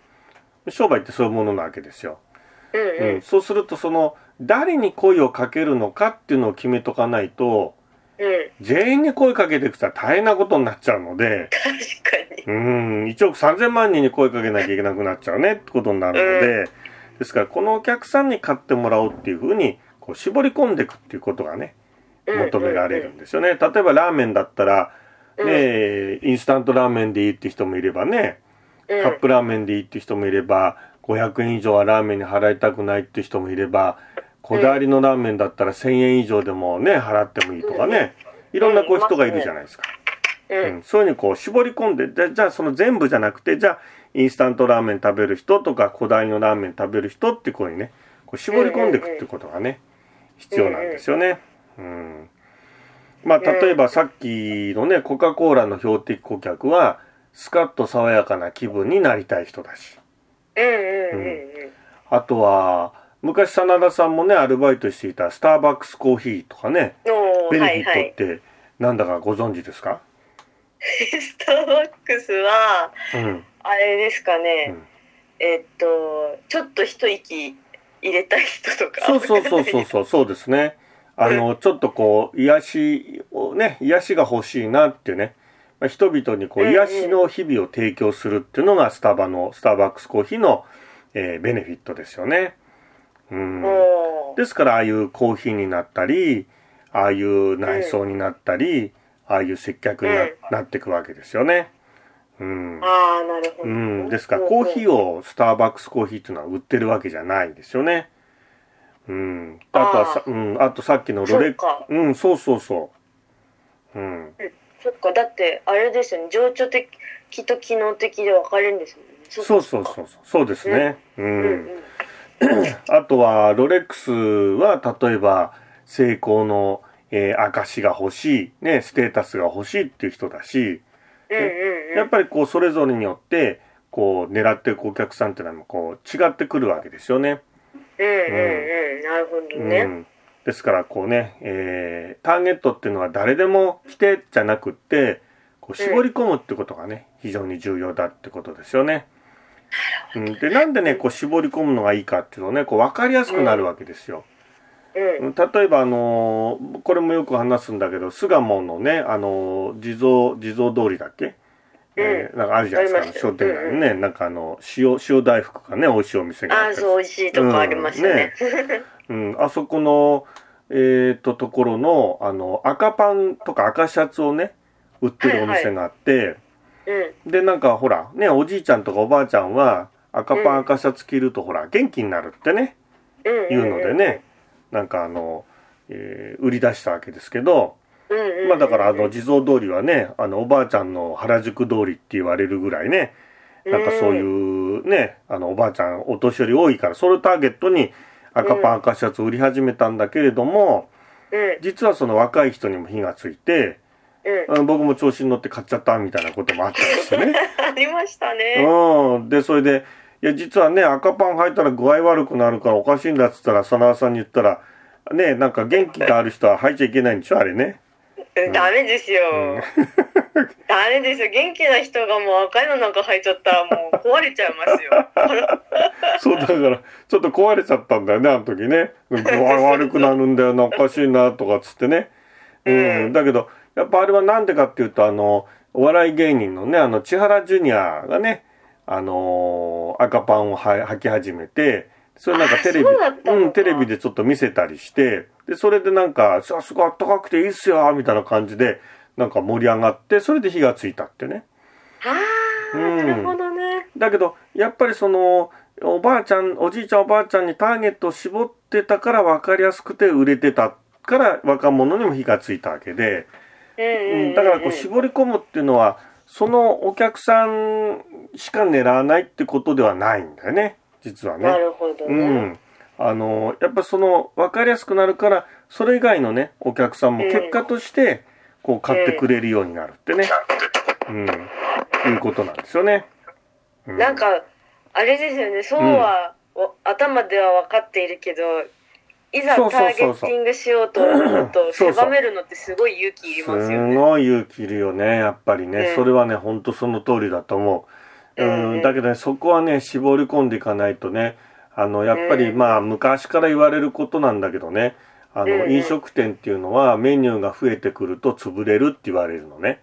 [SPEAKER 1] 商売ってそういうものなわけですよ。
[SPEAKER 2] うん
[SPEAKER 1] う
[SPEAKER 2] うん
[SPEAKER 1] ん、そうするとその誰に声をかけるのかっていうのを決めとかないと
[SPEAKER 2] うん
[SPEAKER 1] 全員に声かけていくと大変なことになっちゃうので。
[SPEAKER 2] 確かに
[SPEAKER 1] うん、1億3000万人に声かけなきゃいけなくなっちゃうねってことになるので、ですからこのお客さんに買ってもらおうっていうふうにこう絞り込んでいくっていうことがね求められるんですよね。例えばラーメンだったら、
[SPEAKER 2] うん
[SPEAKER 1] ね、インスタントラーメンでいいって人もいればね
[SPEAKER 2] うんうん
[SPEAKER 1] カップラーメンでいいって人もいれば500円以上はラーメンに払いたくないって人もいればこだわりのラーメンだったら1000円以上でもね払ってもいいとかねいろんなこう人がいるじゃないですか。
[SPEAKER 2] うん
[SPEAKER 1] うん、そういうふうにこう絞り込んでじゃじゃあその全部じゃなくてじゃあインスタントラーメン食べる人とかこだわりのラーメン食べる人ってこういうねこう絞り込んでいくっていうことがね必要なんですよね。うんまあ、例えばさっきのねコカ・コーラの標的顧客はスカッと爽やかな気分になりたい人だし
[SPEAKER 2] うんうんうん
[SPEAKER 1] あとは昔真田さんもねアルバイトしていたスターバックスコーヒーとかね
[SPEAKER 2] うんお
[SPEAKER 1] ベ
[SPEAKER 2] ー
[SPEAKER 1] ネ
[SPEAKER 2] は
[SPEAKER 1] フィ
[SPEAKER 2] い
[SPEAKER 1] ッ
[SPEAKER 2] は
[SPEAKER 1] トっ
[SPEAKER 2] い
[SPEAKER 1] てなんだかご存知ですか、
[SPEAKER 2] スターバックスは
[SPEAKER 1] うん
[SPEAKER 2] あれですかね、
[SPEAKER 1] うん
[SPEAKER 2] えっとちょっと一息入れたい人とか
[SPEAKER 1] そうそうそうそう そうそうですね。あのちょっとこう癒しをね癒しが欲しいなっていうね、まあ、人々にこう
[SPEAKER 2] うんうん
[SPEAKER 1] 癒しの日々を提供するっていうのがスタバのスターバックスコーヒーの、えーベネフィットですよね。うん、
[SPEAKER 2] もう
[SPEAKER 1] ですからああいうコーヒーになったりああいう内装になったり、ああいう接客にな,、
[SPEAKER 2] うん
[SPEAKER 1] なっていくわけですよね。うん
[SPEAKER 2] ああなるほ
[SPEAKER 1] う
[SPEAKER 2] ど、
[SPEAKER 1] ん、ですからコーヒーをスターバックスコーヒーっていうのは売ってるわけじゃないんですよね。うん、あとはさ
[SPEAKER 2] あ
[SPEAKER 1] うん、あとさっきのロレ
[SPEAKER 2] そうか
[SPEAKER 1] うん、そうそうそう。うん、
[SPEAKER 2] そっかだってあれですよね情緒的と機能的で分かれるんですもんねそっか
[SPEAKER 1] そうそうそうそう、そうですね。う、
[SPEAKER 2] うんんうん
[SPEAKER 1] あとはロレックスは例えば成功の、えー証が欲しい、ね、ステータスが欲しいっていう人だし、
[SPEAKER 2] うんうんうん
[SPEAKER 1] やっぱりこうそれぞれによってこう狙っていくお客さんっていうのはこう違ってくるわけですよね。
[SPEAKER 2] うんうんうん、なるほど
[SPEAKER 1] う
[SPEAKER 2] ね。
[SPEAKER 1] ん、ですからこうね、えーターゲットっていうのは誰でも来てじゃなくってこう絞り込むってことがね、非常に重要だってことですよね。うん、でなんでねこう絞り込むのがいいかっていうとねこう分かりやすくなるわけですよ。
[SPEAKER 2] う
[SPEAKER 1] う
[SPEAKER 2] ん、
[SPEAKER 1] ん例えばあのーこれもよく話すんだけど巣鴨のねあのー地蔵地蔵通りだっけ、えーなんかあるじゃないですか
[SPEAKER 2] あります
[SPEAKER 1] 商店街にね、なんかあの塩塩大福がね美味しいお店が
[SPEAKER 2] あ
[SPEAKER 1] あっ
[SPEAKER 2] あ、
[SPEAKER 1] たり
[SPEAKER 2] そう、美味しいとこありましたね。
[SPEAKER 1] うん、あそこの、えー、と、ところの、あの、赤パンとか赤シャツをね、売ってるお店があって、
[SPEAKER 2] うん、
[SPEAKER 1] で、なんかほら、ね、おじいちゃんとかおばあちゃんは、赤パン
[SPEAKER 2] うん
[SPEAKER 1] 赤シャツ着るとほら、元気になるってね、
[SPEAKER 2] うん、
[SPEAKER 1] 言うのでね、なんかあの、えー売り出したわけですけど、
[SPEAKER 2] うん。うん、うん、
[SPEAKER 1] まあだからあの、地蔵通りはね、あの、おばあちゃんの原宿通りって言われるぐらいね、なんかそう
[SPEAKER 2] う。
[SPEAKER 1] いうね、あのおばあちゃんお年寄り多いからそれをターゲットに赤パン赤シャツ売り始めたんだけれども、
[SPEAKER 2] うん、
[SPEAKER 1] 実はその若い人にも火がついて、
[SPEAKER 2] うん、
[SPEAKER 1] あの僕も調子に乗って買っちゃったみたいなこともあったんですよね。
[SPEAKER 2] ありました ね。
[SPEAKER 1] うん、でそれでいや実はね赤パン履いたら具合悪くなるからおかしいんだっつったら真田さんに言ったらねなんか元気がある人は履いちゃいけないんでしょあれね。
[SPEAKER 2] うん、ダメですよ。 ダメですよ。元気な人がもう赤いのなんか入っちゃったら、もう壊れちゃいますよ。
[SPEAKER 1] そうだから、ちょっと壊れちゃったんだよね、あの時 ね。具合悪くなるんだよな、おかしいな、とかっつってね。うん。
[SPEAKER 2] うん
[SPEAKER 1] だけど、やっぱあれはなんでかっていうと、あの、お笑い芸人のね、あの、千原ジュニアがね、あのー赤パンをは履き始めて、それなんかテレビ、
[SPEAKER 2] あそうだったのか
[SPEAKER 1] ん、テレビでちょっと見せたりして、で、それでなんか、さすがあったかくていいっすよ、みたいな感じで、なんか盛り上がって、それで火がついたってね。
[SPEAKER 2] ああ、
[SPEAKER 1] うん
[SPEAKER 2] なるほどね。
[SPEAKER 1] だけどやっぱりそのおばあちゃんおじいちゃんおばあちゃんにターゲットを絞ってたから分かりやすくて売れてたから若者にも火がついたわけで、
[SPEAKER 2] うんうんうん
[SPEAKER 1] う
[SPEAKER 2] うん
[SPEAKER 1] ん、だからこう絞り込むっていうのはそのお客さんしか狙わないってことではないんだよね実はね。
[SPEAKER 2] なるほど
[SPEAKER 1] う
[SPEAKER 2] ね。
[SPEAKER 1] ん、あのやっぱその分かりやすくなるからそれ以外のねお客さんも
[SPEAKER 2] うん
[SPEAKER 1] 結果としてこう買ってくれるようになるってね、うんいうことなんですよね。う
[SPEAKER 2] なんか、あれですよね、そうは、お頭では分かっているけど、いざタ
[SPEAKER 1] そうそう
[SPEAKER 2] ーゲ
[SPEAKER 1] そうそう
[SPEAKER 2] ッティングしようと思うと、
[SPEAKER 1] そうそう
[SPEAKER 2] 狭めるのってすごい勇気いり
[SPEAKER 1] す
[SPEAKER 2] ますよね。
[SPEAKER 1] ごい勇気いるよねやっぱりね、
[SPEAKER 2] うん
[SPEAKER 1] それはねほんとその通りだと思う、うん
[SPEAKER 2] うん
[SPEAKER 1] だけどねそこはね絞り込んでいかないとねあのやっぱり、
[SPEAKER 2] うん
[SPEAKER 1] まあ昔から言われることなんだけどねあの、
[SPEAKER 2] うんうん
[SPEAKER 1] 飲食店っていうのはメニューが増えてくると潰れるって言われるのね、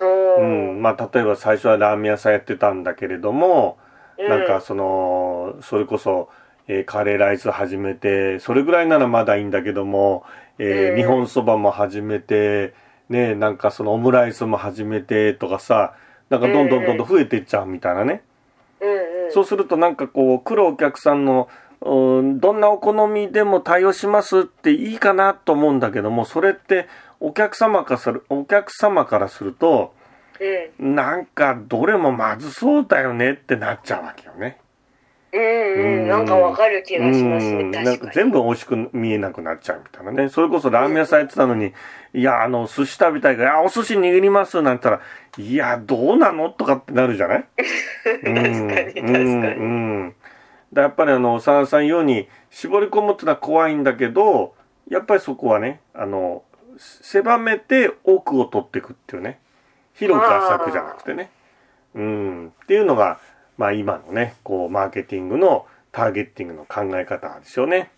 [SPEAKER 2] う
[SPEAKER 1] うんまあ、例えば最初はラーメン屋さんやってたんだけれども、なんかそのそれこそ、えーカレーライス始めてそれぐらいならまだいいんだけども、えー
[SPEAKER 2] うん
[SPEAKER 1] 日本そばも始めてねなんかそのオムライスも始めてとかさなんかどんどんどんどん増えてっちゃうみたいなね、
[SPEAKER 2] うんうん、
[SPEAKER 1] そうするとなんかこう来るお客さんのうんどんなお好みでも対応しますっていいかなと思うんだけどもそれってお客様からするお客様からすると
[SPEAKER 2] うん
[SPEAKER 1] なんかどれもまずそうだよねってなっちゃうわけよね。
[SPEAKER 2] うんうん、なんかわかる気がします
[SPEAKER 1] うんな
[SPEAKER 2] ね、
[SPEAKER 1] ん
[SPEAKER 2] 確
[SPEAKER 1] か
[SPEAKER 2] かに。
[SPEAKER 1] 全部美味しく見えなくなっちゃうみたいなね。それこそラーメン屋さんやってたのに、いや、あの、寿司食べたいから、あ、お寿司握りますなんて言ったら、いや、どうなのとかってなるじゃない確か
[SPEAKER 2] 確かに確かに
[SPEAKER 1] うん。うんだやっぱりあの、さんさんように、絞り込むってのは怖いんだけど、やっぱりそこはね、あの、狭めて奥を取っていくっていうね。広く浅くじゃなくてね。うん。っていうのが、まあ今のね、こう、マーケティングの、ターゲッティングの考え方ですよね。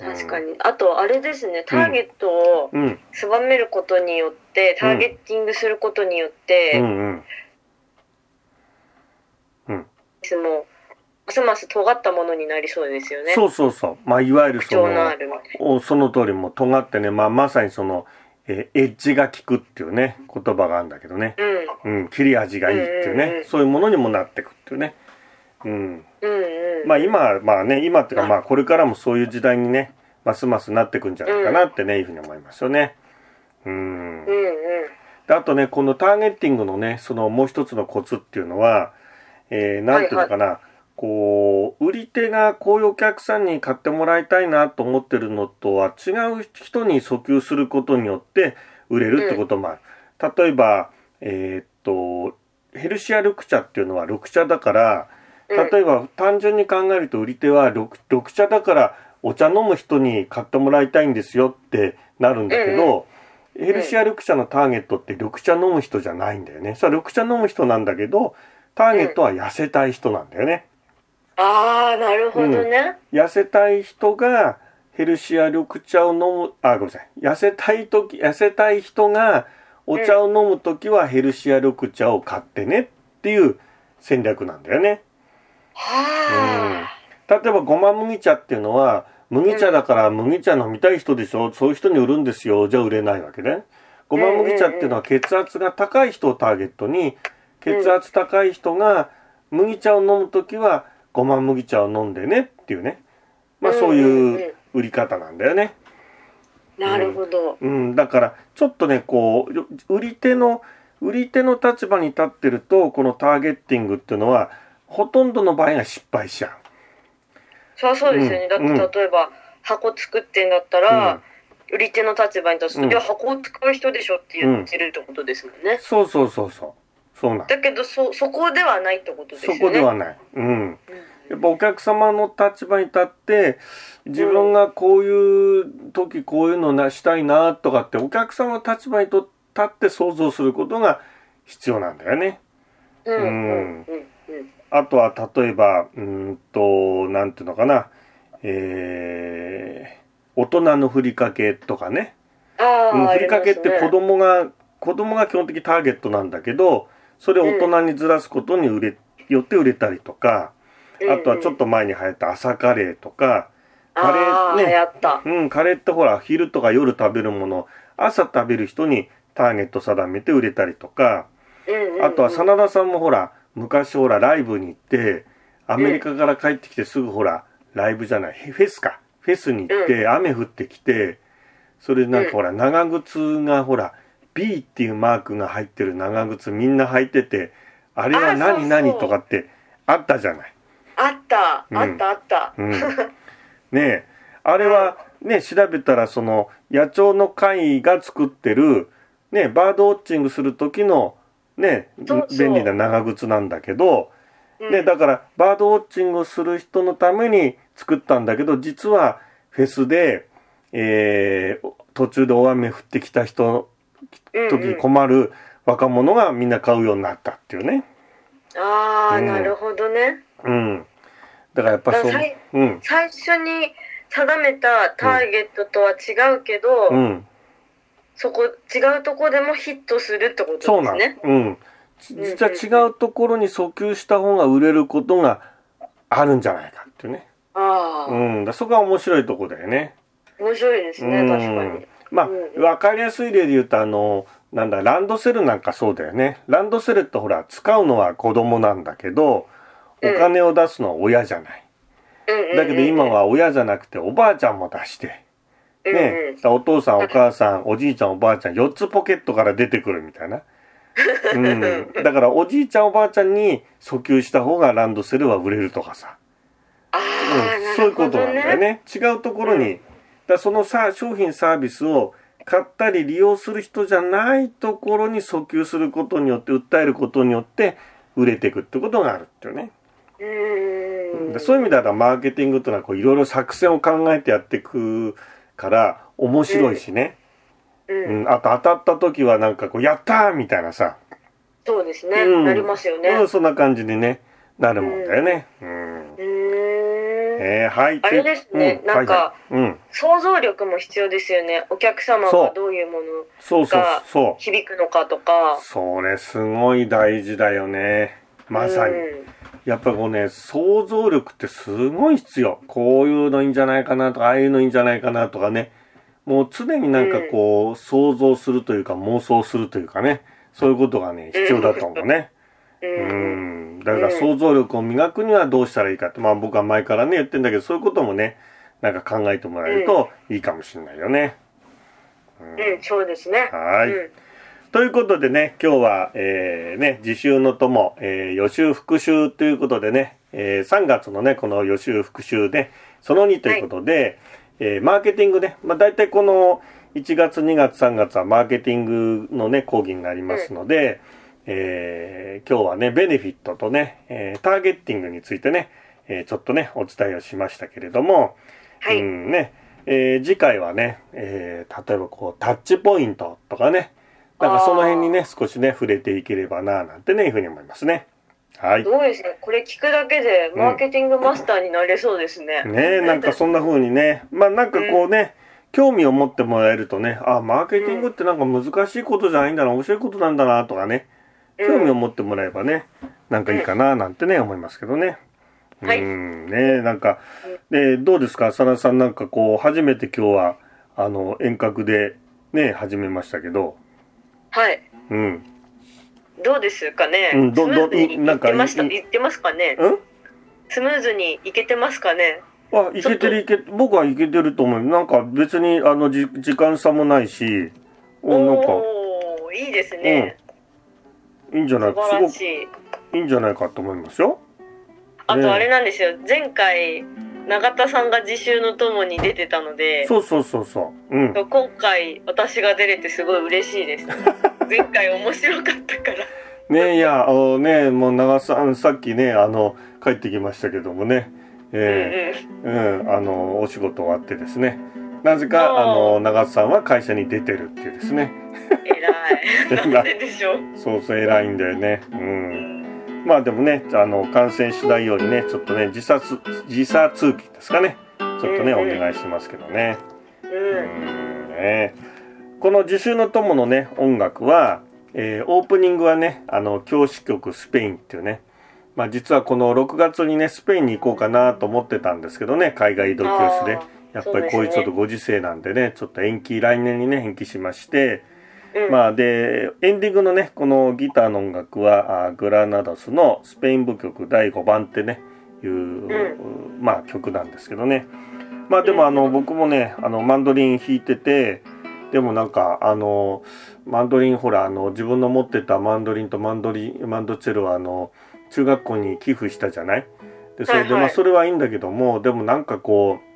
[SPEAKER 2] 確かに。あと、あれですね、ターゲットを
[SPEAKER 1] うん。
[SPEAKER 2] 狭めることによって、ターゲッティングすることによって、
[SPEAKER 1] うんうん。
[SPEAKER 2] いつもますます尖ったものになりそうですよね。
[SPEAKER 1] そうそうそう。まあ、いわゆる
[SPEAKER 2] 特
[SPEAKER 1] そ
[SPEAKER 2] 徴のあ
[SPEAKER 1] の、
[SPEAKER 2] る。
[SPEAKER 1] おその通りもう尖ってね、まあ、まさにその、えーエッジが効くっていうね、言葉があるんだけどね。
[SPEAKER 2] うん、
[SPEAKER 1] うん、切れ味がいいっていうね、
[SPEAKER 2] うんうんうん
[SPEAKER 1] そういうものにもなってくっていうね。うん。
[SPEAKER 2] うん、うん。
[SPEAKER 1] まあ今、まあね、今っていうかまあこれからもそういう時代にね、ますますなってくんじゃないかなってね、いうふうに思いますよね。うん
[SPEAKER 2] うん、。うん、
[SPEAKER 1] であとねこのターゲッティングのねそのもう一つのコツっていうのは何、えーなんていうのかな、こう売り手がこういうお客さんに買ってもらいたいなと思ってるのとは違う人に訴求することによって売れるってこともある、例えばえーっとヘルシア緑茶っていうのは緑茶だから
[SPEAKER 2] うん
[SPEAKER 1] 例えば単純に考えると売り手は緑緑茶だからお茶飲む人に買ってもらいたいんですよってなるんだけど、
[SPEAKER 2] うん
[SPEAKER 1] ヘルシア緑茶のターゲットって緑茶飲む人じゃないんだよね。それは緑茶飲む人なんだけど、ターゲットは痩せたい人なんだよね。
[SPEAKER 2] ああ、なるほどね。
[SPEAKER 1] 痩せたい人がヘルシア緑茶を飲む、あ、ごめんなさい。痩せたいとき、痩せたい人がお茶を飲むときはヘルシア緑茶を買ってねっていう戦略なんだよね。
[SPEAKER 2] はあ、
[SPEAKER 1] 例えばごま麦茶っていうのは麦茶だから麦茶飲みたい人でしょそういう人に売るんですよじゃあ売れないわけねごま麦茶っていうのは血圧が高い人をターゲットに血圧高い人が麦茶を飲む時はごま麦茶を飲んでねっていうねまあそう
[SPEAKER 2] うんうん
[SPEAKER 1] いうう売り方なんだよね
[SPEAKER 2] なるほど。
[SPEAKER 1] うんだからちょっとねこうよ売り手の売り手の立場に立ってるとこのターゲッティングっていうのはほとんどの場合が失敗しちゃう
[SPEAKER 2] そりゃそうですよね。だっ
[SPEAKER 1] うん
[SPEAKER 2] て、例えば、箱作ってんだったら、売り手の立場に立つ
[SPEAKER 1] う
[SPEAKER 2] と、
[SPEAKER 1] ん
[SPEAKER 2] いや、箱を使う人でしょって言ってるってことですもんね。
[SPEAKER 1] そうそうそうそう。そうなん。
[SPEAKER 2] だけど、そ、そこではないってことです
[SPEAKER 1] そ
[SPEAKER 2] よね。
[SPEAKER 1] こではない。うん。
[SPEAKER 2] うん。
[SPEAKER 1] やっぱお客様の立場に立って、自分がこういう時こういうのなしたいなとかって、お客様の立場にと立って想像することが必要なんだよね。
[SPEAKER 2] うん、うんん、うん、
[SPEAKER 1] あとは例えば、うーんと、なんていうのかな、えー、大人のふりかけとかね。
[SPEAKER 2] ああ、
[SPEAKER 1] うん、
[SPEAKER 2] あ
[SPEAKER 1] ふりかけって子
[SPEAKER 2] りますね
[SPEAKER 1] 供が、子供が基本的にターゲットなんだけどそれを大人にずらすことに売れ、よって売れたりとかあとはちょっと前に流行った朝カレーとかカレー
[SPEAKER 2] ああ、や
[SPEAKER 1] ね、
[SPEAKER 2] った。
[SPEAKER 1] うん、カレーってほら昼とか夜食べるもの朝食べる人にターゲット定めて売れたりとか、
[SPEAKER 2] うんうん
[SPEAKER 1] あとは真田さんもほら昔ほらライブに行ってアメリカから帰ってきてすぐほらライブじゃないフェスかフェスに行って雨降ってきてそれでなんかほら長靴がほら B っていうマークが入ってる長靴みんな履いててあれは
[SPEAKER 2] あ
[SPEAKER 1] 何
[SPEAKER 2] そうそ
[SPEAKER 1] 何
[SPEAKER 2] う
[SPEAKER 1] とかってあったじゃない。
[SPEAKER 2] あった
[SPEAKER 1] うん
[SPEAKER 2] あったあった、
[SPEAKER 1] うんねえあれはね調べたらその野鳥の会が作ってる、ね、バードウォッチングする時の、ね、
[SPEAKER 2] そうそう
[SPEAKER 1] 便利な長靴なんだけど、
[SPEAKER 2] うん
[SPEAKER 1] ね、だからバードウォッチングをする人のために作ったんだけど実はフェスで、えー途中で大雨降ってきた人
[SPEAKER 2] うん
[SPEAKER 1] 時
[SPEAKER 2] う
[SPEAKER 1] に
[SPEAKER 2] ん、
[SPEAKER 1] 困る若者がみんな買うようになったっていうね。
[SPEAKER 2] ああ、
[SPEAKER 1] うん
[SPEAKER 2] なるほどね
[SPEAKER 1] うん、だからやっぱそう
[SPEAKER 2] だから最。
[SPEAKER 1] うん
[SPEAKER 2] 最初に定めたターゲットとは違うけど、
[SPEAKER 1] うん
[SPEAKER 2] そこ違うとこでもヒットするってことですね
[SPEAKER 1] そうなんうん。じ
[SPEAKER 2] うんうん
[SPEAKER 1] 実は違うところに訴求した方が売れることがあるんじゃないかっていうね。
[SPEAKER 2] ああ、
[SPEAKER 1] うん。だそこが面白いとこだよね。
[SPEAKER 2] 面白いですね、
[SPEAKER 1] うん
[SPEAKER 2] 確かに。
[SPEAKER 1] まあ
[SPEAKER 2] うんう、ん
[SPEAKER 1] わかりやすい例で言うと、あの、なんだ、ランドセルなんかそうだよね。ランドセルってほら、使うのは子供なんだけど、お
[SPEAKER 2] うん
[SPEAKER 1] 金を出すのは親じゃない。
[SPEAKER 2] うんうんうん
[SPEAKER 1] だけど今、は親じゃなくておばあちゃんも出して、
[SPEAKER 2] うんうん
[SPEAKER 1] ね、お父さんお母さんおじいちゃんおばあちゃん4つポケットから出てくるみたい な、うん、だからおじいちゃんおばあちゃんに訴求した方がランドセルは売れるとかさ、
[SPEAKER 2] あ
[SPEAKER 1] うん
[SPEAKER 2] あ、な
[SPEAKER 1] そうい
[SPEAKER 2] る
[SPEAKER 1] うこ
[SPEAKER 2] ほ
[SPEAKER 1] と
[SPEAKER 2] ど
[SPEAKER 1] なんだよね違うところに、だからそのさ商品サービスを買ったり利用する人じゃないところに訴求することによって訴えることによって売れていくってことがあるっていうね。
[SPEAKER 2] うん
[SPEAKER 1] でそういう意味ではマーケティングっていうのはこういろいろ作戦を考えてやっていくから面白いしね、
[SPEAKER 2] うん
[SPEAKER 1] うん、あと当たった時はなんかこう「やったー!」みたいなさ、
[SPEAKER 2] そうですね、
[SPEAKER 1] うん
[SPEAKER 2] なりますよね。
[SPEAKER 1] うん、そんな感じに、ね、なるもんだよね。うん
[SPEAKER 2] うーん
[SPEAKER 1] えーはい、
[SPEAKER 2] あれですね
[SPEAKER 1] う
[SPEAKER 2] なんか
[SPEAKER 1] はいはいうん、
[SPEAKER 2] 想像力も必要ですよね。お客様
[SPEAKER 1] そ
[SPEAKER 2] が
[SPEAKER 1] う
[SPEAKER 2] どういうもの
[SPEAKER 1] そうそうそう
[SPEAKER 2] 響くのかとか。
[SPEAKER 1] それすごい大事だよねまさに、
[SPEAKER 2] うん
[SPEAKER 1] やっぱこうね想像力ってすごい必要こういうのいいんじゃないかなとかああいうのいいんじゃないかなとかねもう常になんかこう、想像するというか妄想するというかねそういうことがね必要だと思うね、
[SPEAKER 2] う
[SPEAKER 1] うんん、だから想像力を磨くにはどうしたらいいかってまあ僕は前からね言ってんだけどそういうこともねなんか考えてもらえるといいかもしれないよね、
[SPEAKER 2] うん、そうですね。
[SPEAKER 1] はい、
[SPEAKER 2] うん
[SPEAKER 1] ということでね、今日は、えーね、自習の友、えー予習復習ということでね、え3月のね、この予習復習で、その2ということで、えーマーケティングね、まあ大体この1月、2月、3月はマーケティングのね、講義になりますので、えー今日はね、ベネフィットとね、えーターゲッティングについてね、えーちょっとね、お伝えをしましたけれども、。
[SPEAKER 2] はいう
[SPEAKER 1] んね、えー次回はね、えー例えばこうタッチポイントとかね、なんかその辺にね、少しね、触れていければな、なんてね、いうふうに思いますね。はい。
[SPEAKER 2] す
[SPEAKER 1] ね
[SPEAKER 2] ごいですね。これ聞くだけでマーケティングマスターになれそうですね。
[SPEAKER 1] えなんかそんな風にね、まあなんかこうね、興味を持ってもらえるとね、あ、マーケティングってなんか難しいことじゃないんだな、面白いことなんだな、とかね、興味を持ってもらえばね、なんかいいかな、なんてね、思いますけどね。
[SPEAKER 2] はい
[SPEAKER 1] うん、ねえなんか、で、どうですか、浅田さんなんかこう、初めて今日は、あの、遠隔で、ね、始めましたけど、
[SPEAKER 2] はい。
[SPEAKER 1] うん。
[SPEAKER 2] どうですかね。
[SPEAKER 1] うんど
[SPEAKER 2] スムーズに
[SPEAKER 1] どいなんか
[SPEAKER 2] いってました。
[SPEAKER 1] いい
[SPEAKER 2] いってますかね。
[SPEAKER 1] うん
[SPEAKER 2] スムーズにいけてますかね。
[SPEAKER 1] あ、いけてるいけ、僕はいけてると思う。なんか別に、あの、じ、時間差もないし、お、なんか、
[SPEAKER 2] おおー、いいですね。
[SPEAKER 1] いいんじゃない
[SPEAKER 2] 素
[SPEAKER 1] か、
[SPEAKER 2] 晴らし
[SPEAKER 1] す
[SPEAKER 2] い。
[SPEAKER 1] ごくいいんじゃないかと思いますよ。
[SPEAKER 2] あとあれなんですよ。前回永田さんが自習のともに出てたので、
[SPEAKER 1] そうそうそうそう。うん。
[SPEAKER 2] 今回私が出れてすごい嬉し いです。前回面白かったから。
[SPEAKER 1] ねいや、あのね、もう長さん、さっきね、あの、帰ってきましたけどもね、え
[SPEAKER 2] うん
[SPEAKER 1] え
[SPEAKER 2] うん。
[SPEAKER 1] うん、あの、お仕事終わってですね、なぜか、あ
[SPEAKER 2] あー
[SPEAKER 1] の、長さんは会社に出てるっていうですね、 偉い
[SPEAKER 2] 偉い。なんででしょう。
[SPEAKER 1] そうそう偉いんだよね。うん
[SPEAKER 2] う。ん
[SPEAKER 1] まあでもね、あの感染しないようにね、ちょっとね、時差つ時差通勤ですかね、ちょっとね、
[SPEAKER 2] うんうん
[SPEAKER 1] お願いしますけどね。う
[SPEAKER 2] うん
[SPEAKER 1] んねこの自習の友のね、音楽は、えーオープニングはね、あの教師局スペインっていうね、まあ実はこの6月にね、スペインに行こうかなと思ってたんですけどね、海外移動教室で
[SPEAKER 2] あ。ー
[SPEAKER 1] やっぱりこういうちょっとご時世なんでね、ちょっと延期、来年にね、延期しまして、
[SPEAKER 2] うん
[SPEAKER 1] まあで、エンディングのね、このギターの音楽は、あーグラナダスのスペイン舞曲第5番ってね、いう、まあ曲なんですけどね。まあでもあの、僕もね、あの、マンドリン弾いてて、でもなんか、あの、マンドリン、ほら、あの、自分の持ってたマンドリンとマンドリン、マンドチェルはあの、中学校に寄付したじゃないで、それで、
[SPEAKER 2] はいはい
[SPEAKER 1] まあそれはいいんだけども、でもなんかこう、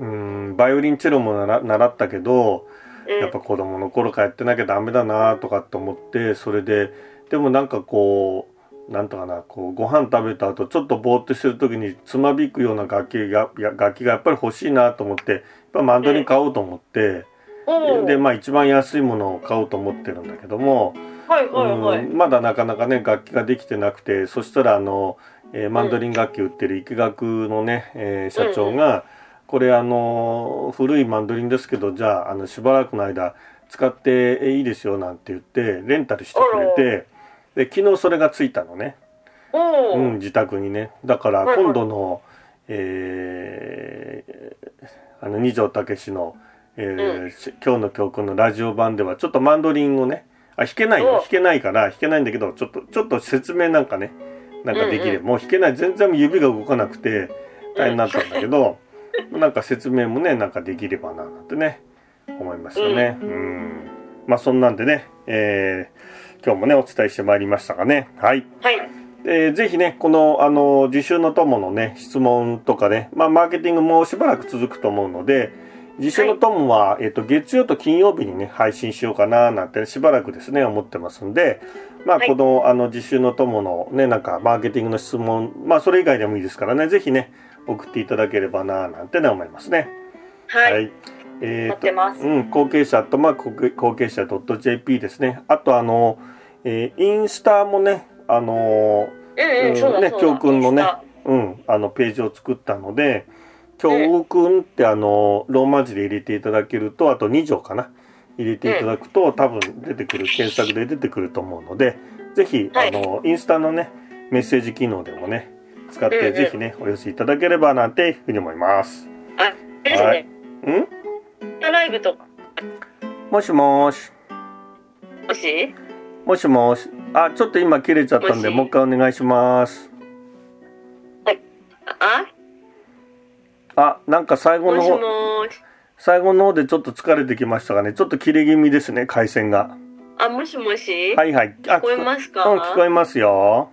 [SPEAKER 1] うーん、バイオリンチェロもなら習ったけど、
[SPEAKER 2] うん
[SPEAKER 1] やっぱ子供の頃からやってなきゃダメだなとかって思ってそれででもなんかこうなんとかなこうご飯食べた後ちょっとぼーっとしてる時につまびくような楽器がや楽器がやっぱり欲しいなと思ってやっぱマンドリン買おうと思って、
[SPEAKER 2] おー
[SPEAKER 1] でまあ一番安いものを買おうと思ってるんだけども、
[SPEAKER 2] はいはいは
[SPEAKER 1] う
[SPEAKER 2] い。
[SPEAKER 1] んまだなかなかね楽器ができてなくてそしたらあの、えーマンドリン楽器売ってる池学のね、えー社長が、これあの古いマンドリンですけどじゃああのしばらくの間使っていいですよなんて言ってレンタルしてくれてで昨日それがついたのね、
[SPEAKER 2] お
[SPEAKER 1] う
[SPEAKER 2] ー
[SPEAKER 1] ん、自宅にねだから
[SPEAKER 2] はいはい
[SPEAKER 1] 今度の、えーあの二条武志の、えーし今日の教訓」のラジオ版ではちょっとマンドリンをねあ弾けない
[SPEAKER 2] お
[SPEAKER 1] よ弾けないから弾けないんだけどちょっとちょっと説明なんかねなんかでき
[SPEAKER 2] うん
[SPEAKER 1] れば、
[SPEAKER 2] う
[SPEAKER 1] もう弾けない全然指が動かなくて大変だったんだけど、なんか説明もねなんかできればななんてね思いますよね。うんまあそんなんでね、えー今日もねお伝えしてまいりましたがねはい。
[SPEAKER 2] はい。
[SPEAKER 1] えーぜひね、この、あの、自習の友のね、質問とかね、まあ、マーケティングもしばらく続くと思うので、自習の友は、えっ、と、月曜と金曜日にね、配信しようかな、なんて、しばらくですね、思ってますんで、まあ、
[SPEAKER 2] はい
[SPEAKER 1] この、あの、自習の友のね、なんか、マーケティングの質問、まあ、それ以外でもいいですからね、ぜひね、送っていただければな、なんてね、思いますね。
[SPEAKER 2] はい。
[SPEAKER 1] えーと
[SPEAKER 2] 待ってます
[SPEAKER 1] うん、後継者とまあ後継後継者 .jp ですね。あとあの、えーインスタもね、あの
[SPEAKER 2] うん
[SPEAKER 1] う
[SPEAKER 2] うんん、そうだそう
[SPEAKER 1] ね
[SPEAKER 2] だ。
[SPEAKER 1] 教訓のね
[SPEAKER 2] インスタ
[SPEAKER 1] ーうん、あのページを作ったので、教訓ってあのローマ字で入れていただけると、あと2条かな、入れていただくと、多分出てくる検索で出てくると思うので、ぜひ、
[SPEAKER 2] はい
[SPEAKER 1] あのインスタのねメッセージ機能でもね使っ
[SPEAKER 2] うん
[SPEAKER 1] て
[SPEAKER 2] うん
[SPEAKER 1] ぜひね、お寄せいただければなんていうふうに思います。
[SPEAKER 2] あ、あれです
[SPEAKER 1] はい
[SPEAKER 2] ね。
[SPEAKER 1] うん？
[SPEAKER 2] インスタライブとか。
[SPEAKER 1] もしもーし。
[SPEAKER 2] もし
[SPEAKER 1] もしもし、あ、ちょっと今切れちゃったんで、も
[SPEAKER 2] もし
[SPEAKER 1] う一回お願いします。
[SPEAKER 2] あ
[SPEAKER 1] あ、なんか最後
[SPEAKER 2] も
[SPEAKER 1] の
[SPEAKER 2] しも
[SPEAKER 1] 方、
[SPEAKER 2] ーし。
[SPEAKER 1] 最後の方でちょっと疲れてきましたがね、ちょっと切れ気味ですね、回線が。
[SPEAKER 2] あ、もしもし、
[SPEAKER 1] はいはい。あ、聞
[SPEAKER 2] 聞こえますか
[SPEAKER 1] うん、聞こえますよ。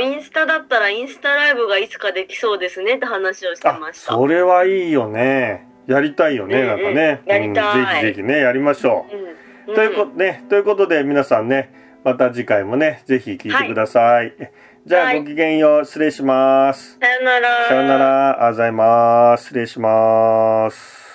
[SPEAKER 2] インスタだったらインスタライブがいつかできそうですねって話をして
[SPEAKER 1] あ
[SPEAKER 2] ま、した。
[SPEAKER 1] それはいいよね。やりたいよね、
[SPEAKER 2] うん
[SPEAKER 1] な
[SPEAKER 2] うんん
[SPEAKER 1] かね。
[SPEAKER 2] やり
[SPEAKER 1] う
[SPEAKER 2] たい
[SPEAKER 1] んぜひぜひね、やりましょう。
[SPEAKER 2] うん。
[SPEAKER 1] ということね、ということで皆さんね、また次回もね、ぜひ聞いてください。じゃあ、
[SPEAKER 2] はい
[SPEAKER 1] ごきげんよう、失礼します。
[SPEAKER 2] さよなら。
[SPEAKER 1] さよなら、ありがとうございます。失礼します。